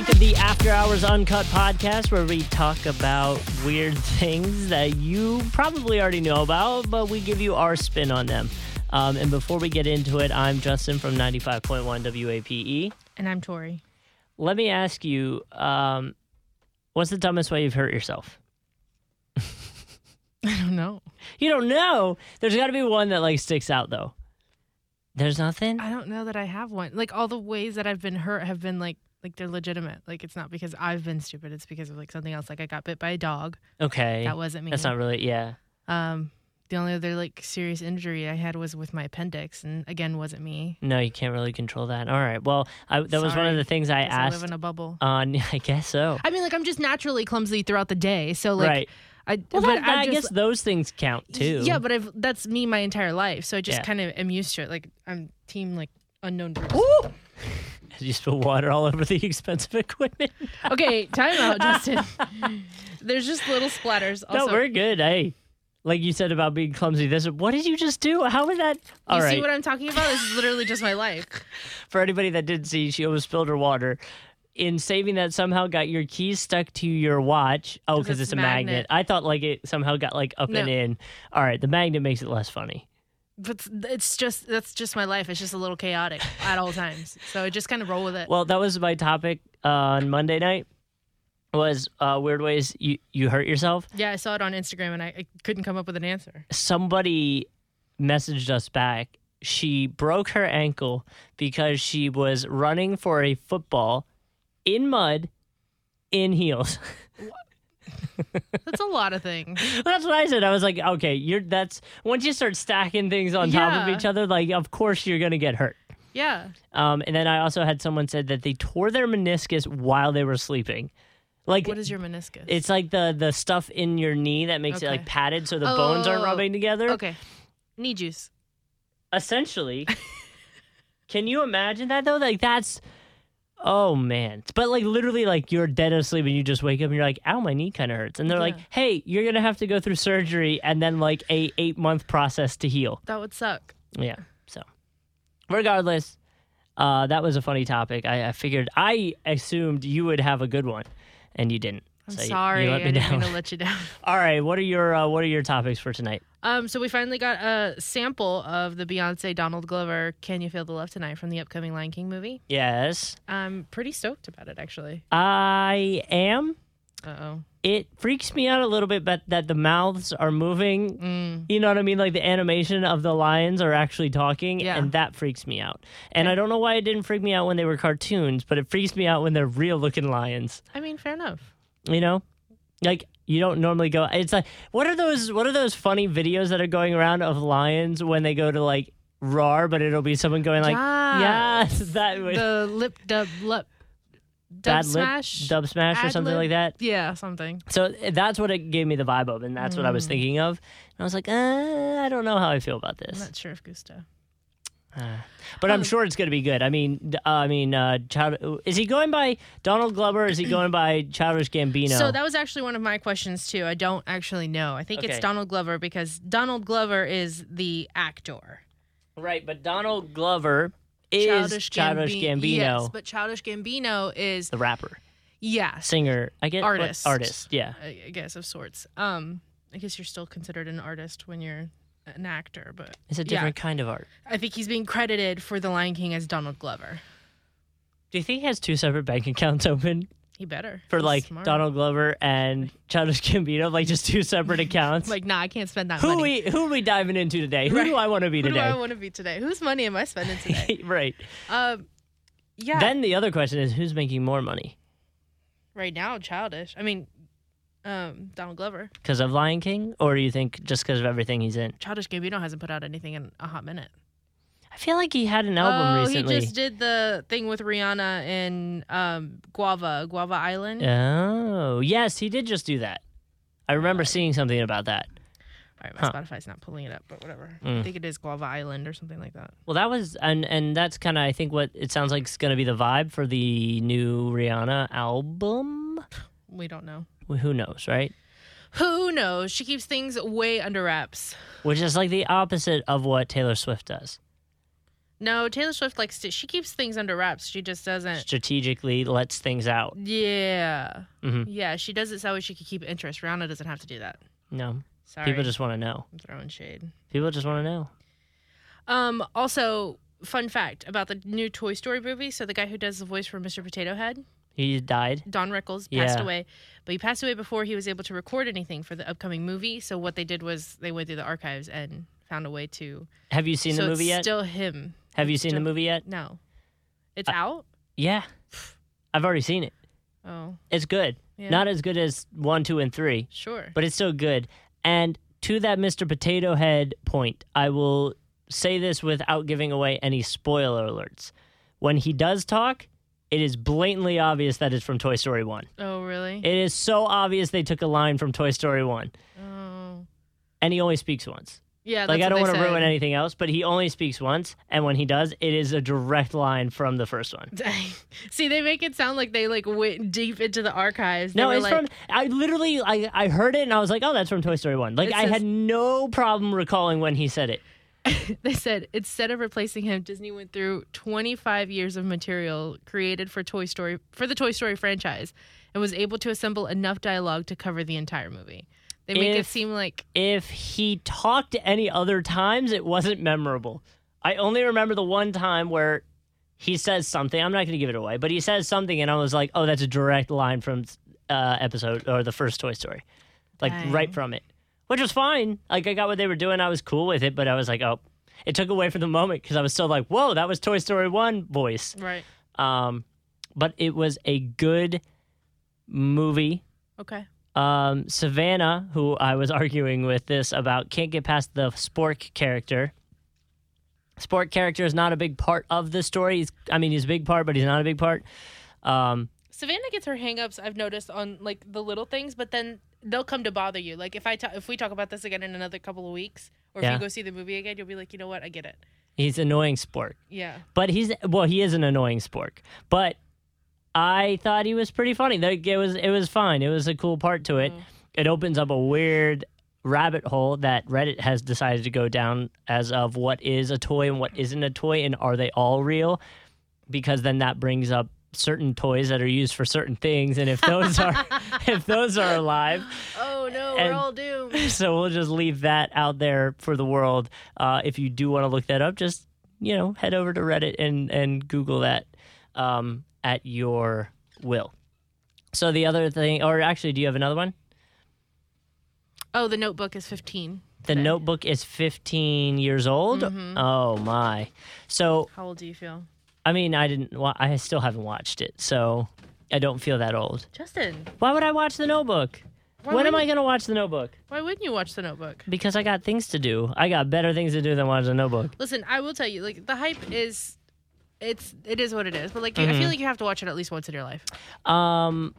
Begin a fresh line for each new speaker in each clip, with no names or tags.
After Hours Uncut podcast, where we talk about weird things that you probably already know about, but we give you our spin on them. Um, and before we get into it, I'm Justin from 95.1 WAPE.
And I'm Tori.
E. Let me ask you um, what's the dumbest way you've hurt yourself?
I don't know.
You don't know. There's got to be one that like sticks out though. There's nothing.
I don't know that I have one. Like all the ways that I've been hurt have been like like they're legitimate. Like it's not because I've been stupid. It's because of like something else. Like I got bit by a dog.
Okay.
That wasn't me.
That's not really. Yeah.
um the only other like serious injury I had was with my appendix and again wasn't me.
No, you can't really control that. All right. Well, I, that was one of
Sorry.
the things I
'cause I
asked. Uh,
live in a bubble.
on I guess so.
I mean like I'm just naturally clumsy throughout the day. So like
right.
I
Well,
but
that, that-
I
I
just,
guess those things count too.
Yeah, but I've that's me my entire life. So I just
Yeah.
kind of am used to it. Like I'm team like unknown Bruce.
you spill water all over the expensive equipment.
Okay, time out, Justin. There's just little splatters. Also,
no, we're good. Hey, like you said about being clumsy. This. What did you just do? How was that? All
you
right.
see what I'm talking about? This is literally just my life.
For anybody that didn't see, she almost spilled her water. In saving that, somehow got your keys stuck to your watch. Oh,
'Cause
because it's,
it's
a magnet.
magnet.
I thought like it somehow got like up
No.
and in. All right, the magnet makes it less funny.
But th- it's just that's just my life. It's just a little chaotic at all times. So I just kind of roll with it.
Well, that was my topic uh, on Monday night. Was uh, weird ways you you hurt yourself.
yeah, I saw it on Instagram and I, I couldn't come up with an answer.
somebody messaged us back. She broke her ankle because she was running for a football in mud in heels.
That's a lot of things.
that's what I said. I was like, okay, you're that's once you start stacking things on top of
Yeah.
each other, like of course you're gonna get hurt.
Yeah,
Um, and then I also had someone said that they tore their meniscus while they were sleeping. Like
what is your meniscus?
it's like the the stuff in your knee that makes it
Okay.
like padded so the bones aren't
Oh,
rubbing together.
okay. Knee juice.
essentially can you imagine that though like that's oh man but like literally like you're dead asleep and you just wake up and you're like ow my knee kind of hurts and they're like
Yeah.
hey you're gonna have to go through surgery and then like a eight month process to heal
That would suck.
yeah so regardless uh that was a funny topic i, I figured i assumed you would have a good one and you didn't
I'm
So you- you
sorry.
let me
I didn't
down.
mean to let you down.
all right what are your uh, what are your topics for tonight
Um, so we finally got a sample of the Beyonce Donald Glover "Can You Feel the Love Tonight" from the upcoming Lion King movie.
yes
I'm pretty stoked about it, actually.
i am
Uh oh.
it freaks me out a little bit but that the mouths are moving
Mm.
you know what i mean like the animation of the lions are actually talking
Yeah.
and that freaks me out and i don't know why it didn't freak me out when they were cartoons but it freaks me out when they're real looking lions
I mean, fair enough.
you know like you don't normally go it's like what are those what are those funny videos that are going around of lions when they go to like roar but it'll be someone going like yes,
Yes.
that way
Ah, The lip dub lip dub
Bad lip,
smash.
dub smash or something
ad-lib.
like that
Yeah, something.
So that's what it gave me the vibe of, and that's what I was
Mm.
thinking of. And I was like, uh, I don't know how I feel about
I'm
this,
not sure if Gusta.
Uh, but I'm
Oh.
sure it's going to be good. I mean, d- uh, I mean, uh, Child- is he going by Donald Glover? Or is he going by Childish Gambino?
So that was actually one of my questions too. I don't actually know. I think it's
Okay.
Donald Glover because Donald Glover is the actor.
right, but Donald Glover is Childish,
Gambi-
Gambino,
Yes, but Childish Gambino is
the rapper,
yes,
singer, I guess, what-
Artist.
artist, yeah.
I I guess of sorts. Um, I guess you're still considered an artist when you're an actor, but
It's a
Yeah.
different kind of art.
I think he's being credited for The Lion King as Donald Glover.
Do you think he has two separate bank accounts open
He better
for
He's
like
smart.
Donald Glover and Childish Gambino, like just two separate accounts?
Like, nah, I can't spend that
who
money.
we who we diving into today? Who
Right.
do I want to be
Who do I
today?
want to be today? Whose money am I spending today?
right.
um, yeah.
Then the other question is who's making more money
right now, childish. I mean, um, Donald Glover.
because of Lion King, or do you think just because of everything he's in?
Childish Gambino hasn't put out anything in a hot minute.
I feel like he had an album
oh,
recently.
he just did the thing with Rihanna in um, Guava, Guava Island.
Oh yes, he did just do that. I remember seeing something about that.
All right, my
Huh.
Spotify's not pulling it up, but whatever.
Mm.
I think it is Guava Island or something like that.
Well, that was and and that's kind of I think what it sounds like is going to be the vibe for the new Rihanna album.
We don't know.
Wh- Who knows, right?
Who knows? She keeps things way under wraps.
Which is like the opposite of what Taylor Swift does.
No, Taylor Swift likes to. She keeps things under wraps. She just doesn't.
Strategically lets things out.
Yeah.
Mhm.
Yeah, she does it so she could keep interest. Rihanna doesn't have to do that.
No,
Sorry.
people just want to know.
I'm throwing shade.
People just want to know.
Um, also, fun fact about the new Toy Story movie. So the guy who does the voice for Mr. Potato Head,
He died.
Don Rickles, passed
Yeah.
away. But he passed away before he was able to record anything for the upcoming movie. So what they did was they went through the archives and found a way to
Have you seen
so
the movie
it's
yet?
Still him.
Have you
it's
seen the
still-
movie yet?
No.
Uh,
It's out?
Yeah, I've already seen it.
Oh.
It's good.
Yeah.
Not as good as one, two, and three,
sure.
but it's still good. And to that Mr. Potato Head point, I will say this without giving away any spoiler alerts. When he does talk, it is blatantly obvious that it's from Toy Story 1.
oh really?
It is so obvious they took a line from Toy Story 1.
oh. And
And he only speaks once.
yeah,
like,
that's
I don't
want to
ruin anything else, but he only speaks once. And when he does, it is a direct line from the first one.
Dang. See, they make it sound like they like went deep into the archives. They
No,
were
it's
like,
from. I literally, I, I heard it and I was like, oh, that's from Toy Story One. Like
It
I
says-
had no problem recalling when he said it.
They said instead of replacing him, Disney went through 25 years of material created for Toy Story for the Toy Story franchise, and was able to assemble enough dialogue to cover the entire movie. They make it
If-
seem like
If he talked any other times, it wasn't memorable. I only remember the one time where he says something. I'm not going to give it away, but he says something, and I was like, oh, that's a direct line from uh, episode or the first Toy Story, like
Dang.
right from it, which was fine. Like I got what they were doing. I was cool with it, but I was like, oh. It took away from the moment because I was still like, "Whoa, that was Toy Story One voice."
right.
Um, but it was a good movie.
Okay.
Um, Savannah, who I was arguing with this about, can't get past the Spork character. Spork character is not a big part of the story. He's, I mean, he's a big part, but he's not a big part. Um,
Savannah gets her hangups. I've noticed on like the little things, but then they'll come to bother you. Like if I ta- if we talk about this again in another couple of weeks, or if
Yeah.
you go see the movie again, you'll be like, you know what, I get it.
he's annoying Spork,
Yeah.
but he's well, he is an annoying Spork, but I thought he was pretty funny. Like, It was it was fine. It was a cool part to it.
Mhm.
It opens up a weird rabbit hole that Reddit has decided to go down as of what is a toy and what isn't a toy and are they all real? Because then that brings up certain toys that are used for certain things and if those are if those are alive
Oh no,
And-
we're all doomed.
so we'll just leave that out there for the world uh, if you do want to look that up just you know head over to reddit and and google that um, at your will so the other thing or actually do you have another one
Oh, the Notebook is 15.
The
today.
Notebook is 15 years old. Oh my! So
How old do you feel,
I mean, I didn't. Wa- I still haven't watched it, so I don't feel that old.
Justin?
Why would I watch The Notebook?
Why
when am I
wouldn't-
gonna watch The Notebook?
Why wouldn't you watch the Notebook?
Because I got things to do. I got better things to do than watch The Notebook.
Listen, I will tell you, like the hype is, it's it is what it is. But like, you, I
Mm-hmm.
feel like you have to watch it at least once in your life.
Um,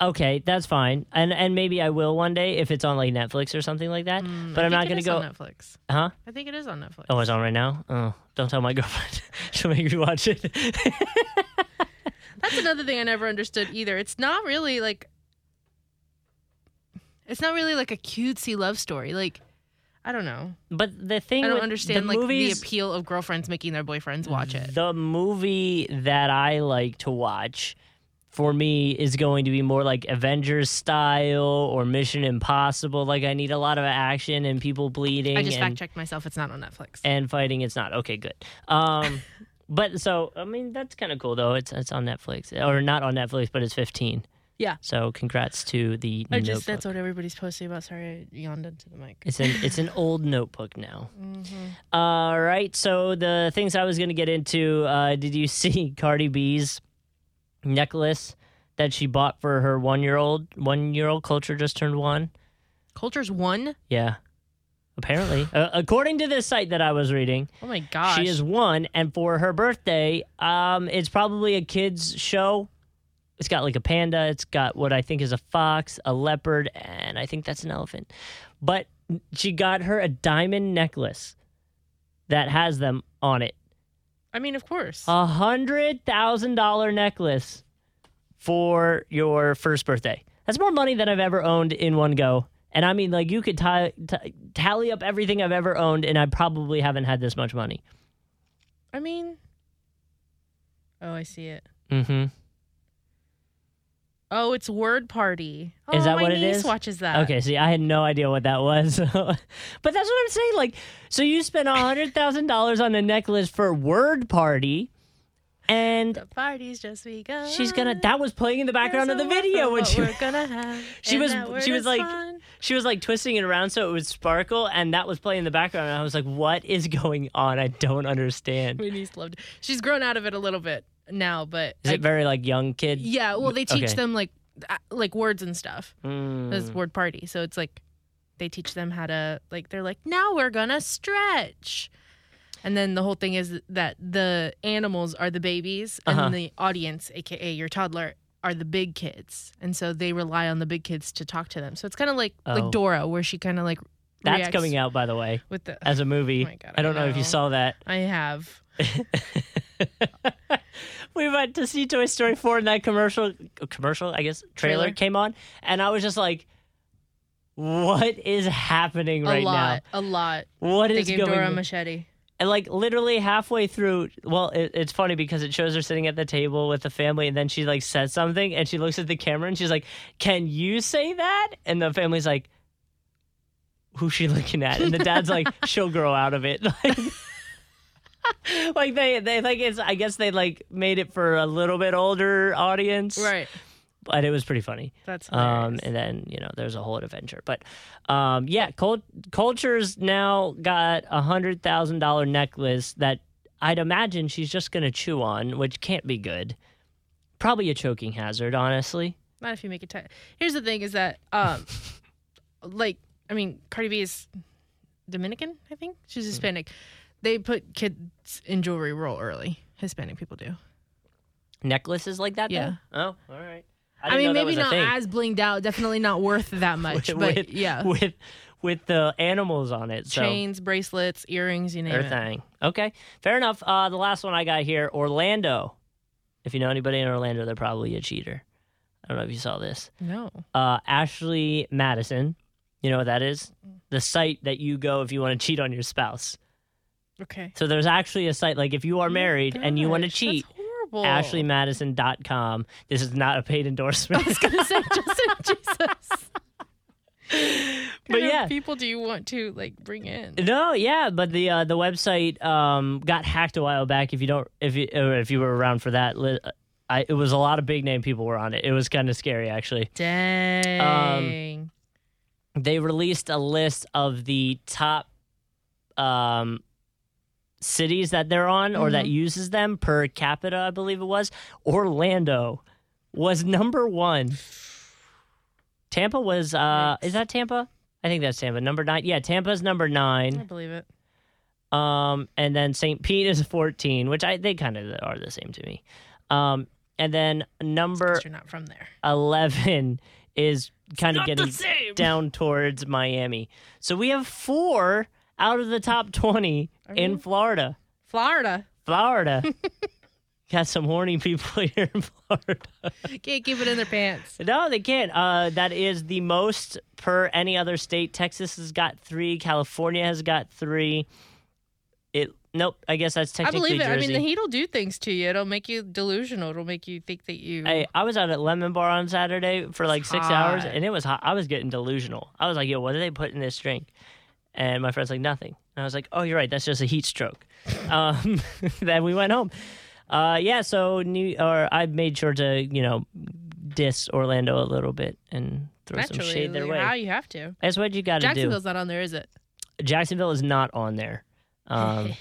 okay, that's fine, and and maybe I will one day if it's on like Netflix or something like that.
Mm, Hmm,
but I'm not gonna go.
on Netflix.
Huh?
I think it is on Netflix.
Oh, it's on right now. Oh, don't tell my girlfriend. She'll make me watch it.
That's another thing I never understood either. It's not really like, it's not really like a cutesy love story. Like, I don't know.
but the thing
I don't
with
understand
the
like
movies,
the appeal of girlfriends making their boyfriends watch it.
The movie that I like to watch for me is going to be more like Avengers style or Mission Impossible. Like I need a lot of action and people bleeding
I just fact
and,
checked myself. It's not on Netflix.
and fighting. It's not okay. Good. Um, but so I mean that's kind of cool though. It's it's on Netflix or not on Netflix, but it's fifteen.
Yeah.
So congrats to the
I
notebook.
just that's what everybody's posting about. Sorry, I yawned into the mic. Mm-hmm.
It's an it's an old notebook now. All right. So the things I was going to get into. Uh, did you see Cardi B's necklace that she bought for her one year old? One year old culture just turned one.
Culture's one.
Yeah. Apparently, uh, according to this site that I was reading,
Oh my gosh.
she is one, and for her birthday, um, it's probably a kids show. It's got like a panda. It's got what I think is a fox, a leopard, and I think that's an elephant. But she got her a diamond necklace that has them on it.
I mean, of course.
A hundred thousand dollar necklace for your first birthday. That's more money than I've ever owned in one go. And I mean, like you could t- tally up everything I've ever owned, and I probably haven't had this much money.
I mean, oh, I see it.
Mm-hmm.
Oh, it's Word Party. Oh,
Is that
my
what it
niece
is?
watches that.
Okay, see, I had no idea what that was. but that's what I'm saying. Like, so you spent $100,000 on a necklace for Word Party, and
The party's just begun.
she's gonna, that was playing in the background of the video when
What
she.
we're gonna have.
she
and
was-
that word
she was
is
like-
fun.
She was like twisting it around so it would sparkle, and that was playing in the background. And I was like, "What is going on? I don't understand."
My niece loved. It. She's grown out of it a little bit now, but
Is
I-
it very like young kid?
yeah. Well, they teach
Okay.
them like uh, like words and stuff. It's
Mm.
word party, so it's like they teach them how to like. They're like, now we're gonna stretch. And then the whole thing is that the animals are the babies, and
Uh-huh.
the audience, aka your toddler, are the big kids, and so they rely on the big kids to talk to them. So it's kind of like
Oh.
like Dora, where she kind of like
That's
reacts
coming out, by the way,
with the.
as a movie.
Oh my God,
I don't know. if you saw that.
I have.
we went to see Toy Story 4 and that commercial commercial, I guess, trailer,
Trailer.
came on and I was just like what is happening right
a lot, a lot.
now? What
They
is
gave
going
Dora a
on?
machete.
And like literally halfway through, well, it, it's funny because it shows her sitting at the table with the family, and then she like says something, and she looks at the camera and she's like, "Can you say that?" And the family's like, "Who's she looking at?" And the dad's like, "She'll grow out of it." Like, like they they like it's I guess they like made it for a little bit older audience,
Right.
But it was pretty funny.
That's
Um,
hilarious.
and then you know there's a whole adventure, but um, yeah, cult- culture's now got a hundred thousand dollar necklace that I'd imagine she's just gonna chew on, which can't be good. Probably a choking hazard, honestly.
Not if you make it tight. Here's the thing: is that um, like I mean, Cardi B is Dominican. I think
Hmm.
she's Hispanic. They put kids in jewelry real early. Hispanic people do.
Necklaces like that,
Yeah.
Though? Oh, all right.
I,
didn't
mean,
know that
maybe
was a
not
thing.
as blinged out. Definitely not worth that much.
With-
but
with-
yeah,
with with the animals on it. So.
chains, bracelets, earrings, you name
Or
it.
thing. Okay, fair enough. Uh, the last one I got here, Orlando. If you know anybody in Orlando, they're probably a cheater. I don't know if you saw this.
No.
uh, Ashley Madison. You know what that is? The site that you go if you want to cheat on your spouse.
Okay.
So there's actually a site like if you are
Oh my
married and you want to
gosh,
cheat,
That's horrible.
AshleyMadison.com. This is not a paid endorsement.
I was gonna say, Justin Jesus.
But
kind of
yeah.
people do you want to like bring in?
No, yeah, but the uh, the website um, got hacked a while back. If you don't, if you or if you were around for that, li- uh, I, it was a lot of big name people were on it. It was kind of scary, actually. um,
Dang.
they released a list of the top um, cities that they're on or
Mm-hmm.
that uses them per capita, I believe it was. Orlando was number one. Tampa was, uh, is that Tampa? I think that's Tampa. Number nine. Yeah, Tampa's number
I
nine.
believe it.
Um, and then St. Pete is 14, which I they kind of are the same to me. Um, and then number
'Cause you're not from there.
11 is kind of
Not the
getting
same.
down towards Miami. So we have four out of the top 20 in Florida.
Florida.
Florida. Got some horny people here in Florida.
Can't keep it in their pants.
No, they can't. Uh, that is the most per any other state. Texas has got three. California has got three. It nope. I guess that's
I
technically
believe it. I
Jersey.
mean, the heat'll do things to you. It'll make you delusional. It'll make you think that you.
Hey, I was out at Lemon Bar on Saturday for like six hours,
Mm-hmm. hot.
and it was hot. I was getting delusional. I was like, "Yo, what do they put in this drink?" And my friend's like, "Nothing." And I was like, "Oh, you're right. That's just a heat stroke." um, then we went home. Uh, yeah, so new or I made sure to you know diss Orlando a little bit and throw
naturally,
some shade their
like, How
way.
you have to.
That's what you got to do.
Jacksonville's not on there, is it?
Jacksonville is not on there. Um,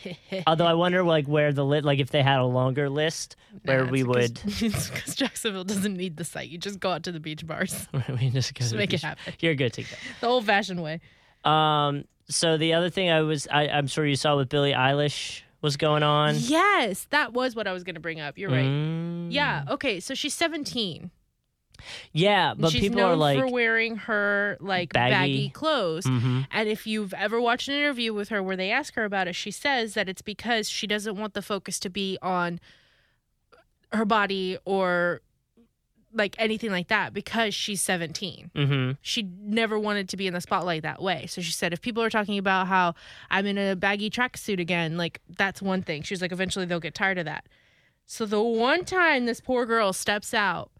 although I wonder like where the lit like if they had a longer list where we would
Because Jacksonville doesn't need the site. You just go out to the beach bars.
we just, go to
Just
the
make it
beach.
happen.
You're good to go.
The old fashioned way.
Um, so the other thing I was, I, I'm sure you saw with Billie Eilish was going on.
Yes, that was what I was going to bring up. You're right.
Mm.
Yeah. Okay. So she's 17.
Yeah,
and
but
she's
people
known
are like,
for wearing her like
Baggy.
baggy, clothes.
Mhm.
And if you've ever watched an interview with her where they ask her about it, she says that it's because she doesn't want the focus to be on her body or like anything like that because she's 17.
Mm-hmm.
She never wanted to be in the spotlight that way. So she said, if people are talking about how I'm in a baggy tracksuit again, like that's one thing. She was like, eventually they'll get tired of that. So the one time this poor girl steps out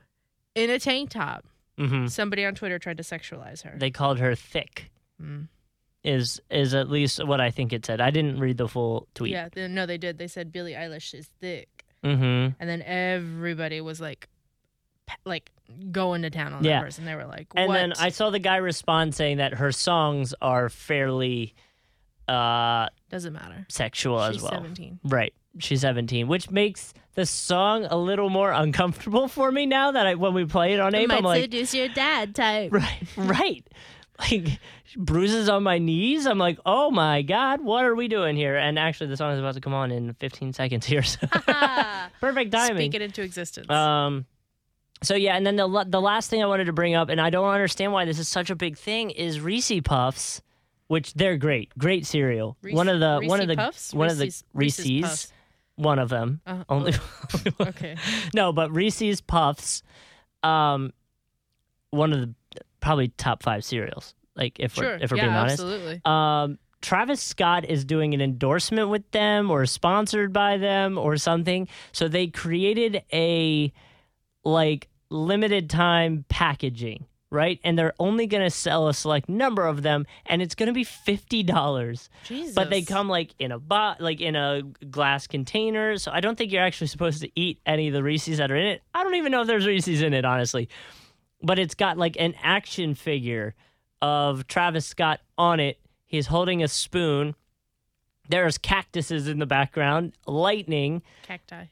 in a tank top,
Mm-hmm.
somebody on Twitter tried to sexualize her.
They called her thick.
Mm.
Is is at least what I think it said. I didn't read the full tweet.
Yeah, they, no, they did. They said Billie Eilish is thick.
Mm-hmm.
And then everybody was like, pe- like going to town on
Yeah.
that person. They were like,
And
what?
then I saw the guy respond saying that her songs are fairly uh,
Doesn't matter.
sexual
She's
as well.
17.
Right. She's 17, which makes the song a little more uncomfortable for me now that I, when we play it on
It
AIM, I'm like,
seduce your dad type.
right, right. Like bruises on my knees. I'm like, oh my God, what are we doing here? And actually, the song is about to come on in 15 seconds here. So perfect timing.
Ah. Speak it into existence.
Um, so yeah, and then the la- the last thing I wanted to bring up, and I don't understand why this is such a big thing, is Reese Puffs, which they're great, great cereal.
Reese-
one of the
Reese
one of the
Puffs?
one of the
Reese's-
Reese's,
Reese's Puffs.
one of them
Uh,
only.
okay.
no, but Reese's Puffs, um, one of the probably top five cereals. Like if
Sure.
we're if we're
yeah,
being honest,
absolutely.
um, Travis Scott is doing an endorsement with them or sponsored by them or something. So they created a like limited time packaging, right? And they're only going to sell a select number of them and it's going to be $50.
Jesus.
But they come like in a bot, like in a glass container. So I don't think you're actually supposed to eat any of the Reese's that are in it. I don't even know if there's Reese's in it, honestly. But it's got like an action figure of Travis Scott on it. He's holding a spoon. There's cactuses in the background, lightning.
Cacti.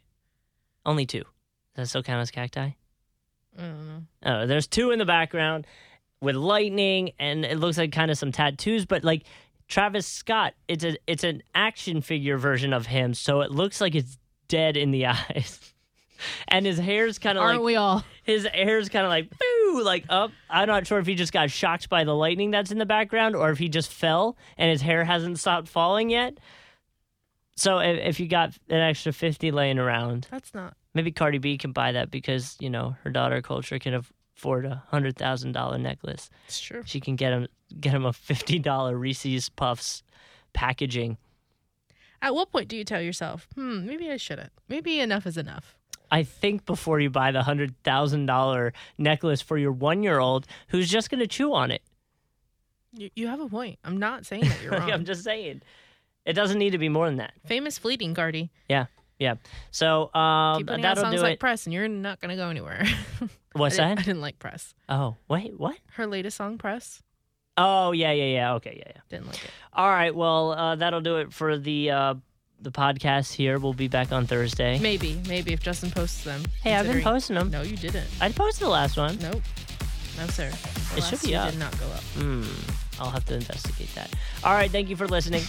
Only two. Does that still count as cacti?
I don't know.
Oh, there's two in the background with lightning, and it looks like kind of some tattoos, but like Travis Scott, it's a it's an action figure version of him, so it looks like it's dead in the eyes, and his hair's kind of like
Aren't we all?
his hair's kind of like boo, like up. I'm not sure if he just got shocked by the lightning that's in the background, or if he just fell and his hair hasn't stopped falling yet. So if, if you got an extra fifty laying around,
That's not.
Maybe Cardi B can buy that because you know her daughter culture can afford a hundred thousand dollar necklace.
It's true.
She can get him get him a fifty dollar Reese's Puffs packaging.
At what point do you tell yourself, hmm, maybe I shouldn't? Maybe enough is enough.
I think before you buy the hundred thousand dollar necklace for your one year old who's just gonna chew on it.
You, you have a point. I'm not saying that you're wrong.
I'm just saying, it doesn't need to be more than that.
Famous fleeting, Cardi.
Yeah. So um,
Keep putting out
that'll
songs
do
like
it.
Press, and you're not going to go anywhere.
What's
I didn't, I
that?
didn't like Press.
Oh wait, what?
Her latest song, Press,
Oh yeah, yeah, yeah. Okay, yeah, yeah.
didn't like it.
All right. Well, uh, that'll do it for the uh, the podcast here. We'll be back on Thursday.
Maybe, maybe if Justin posts them.
Hey, I've been
considering-
posting them.
No, you didn't.
I posted the last one.
Nope. No, sir. The
It should
last
be
two
up.
Did not go up.
Hmm. I'll have to investigate that. All right. Thank you for listening.